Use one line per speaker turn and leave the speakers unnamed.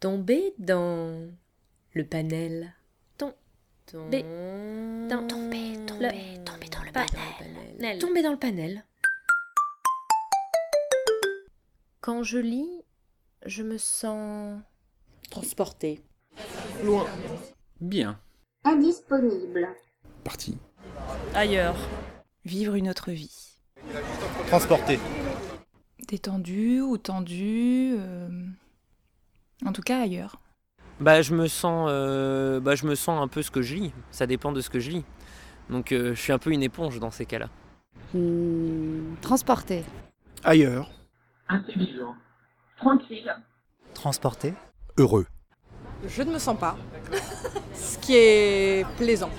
tomber dans le panel. Tom-
Tomber
dans-
tomber, tomber, tomber dans le
pas
panel. Nel.
Tomber dans le panel. Quand je lis, je me sens
Transporter.
Loin.
Bien.
Indisponible.
Parti.
ailleurs,
Vivre une autre vie.
Transporté.
Détendu ou tendu. euh, En tout cas ailleurs.
Bah, je me sens, euh, bah, je me sens un peu ce que je lis. Ça dépend de ce que je lis. Donc, euh, je suis un peu une éponge dans ces cas-là.
Hmm, transporter.
Ailleurs.
Intelligent. Tranquille.
Transporter.
Heureux.
Je ne me sens pas. Ce qui est plaisant.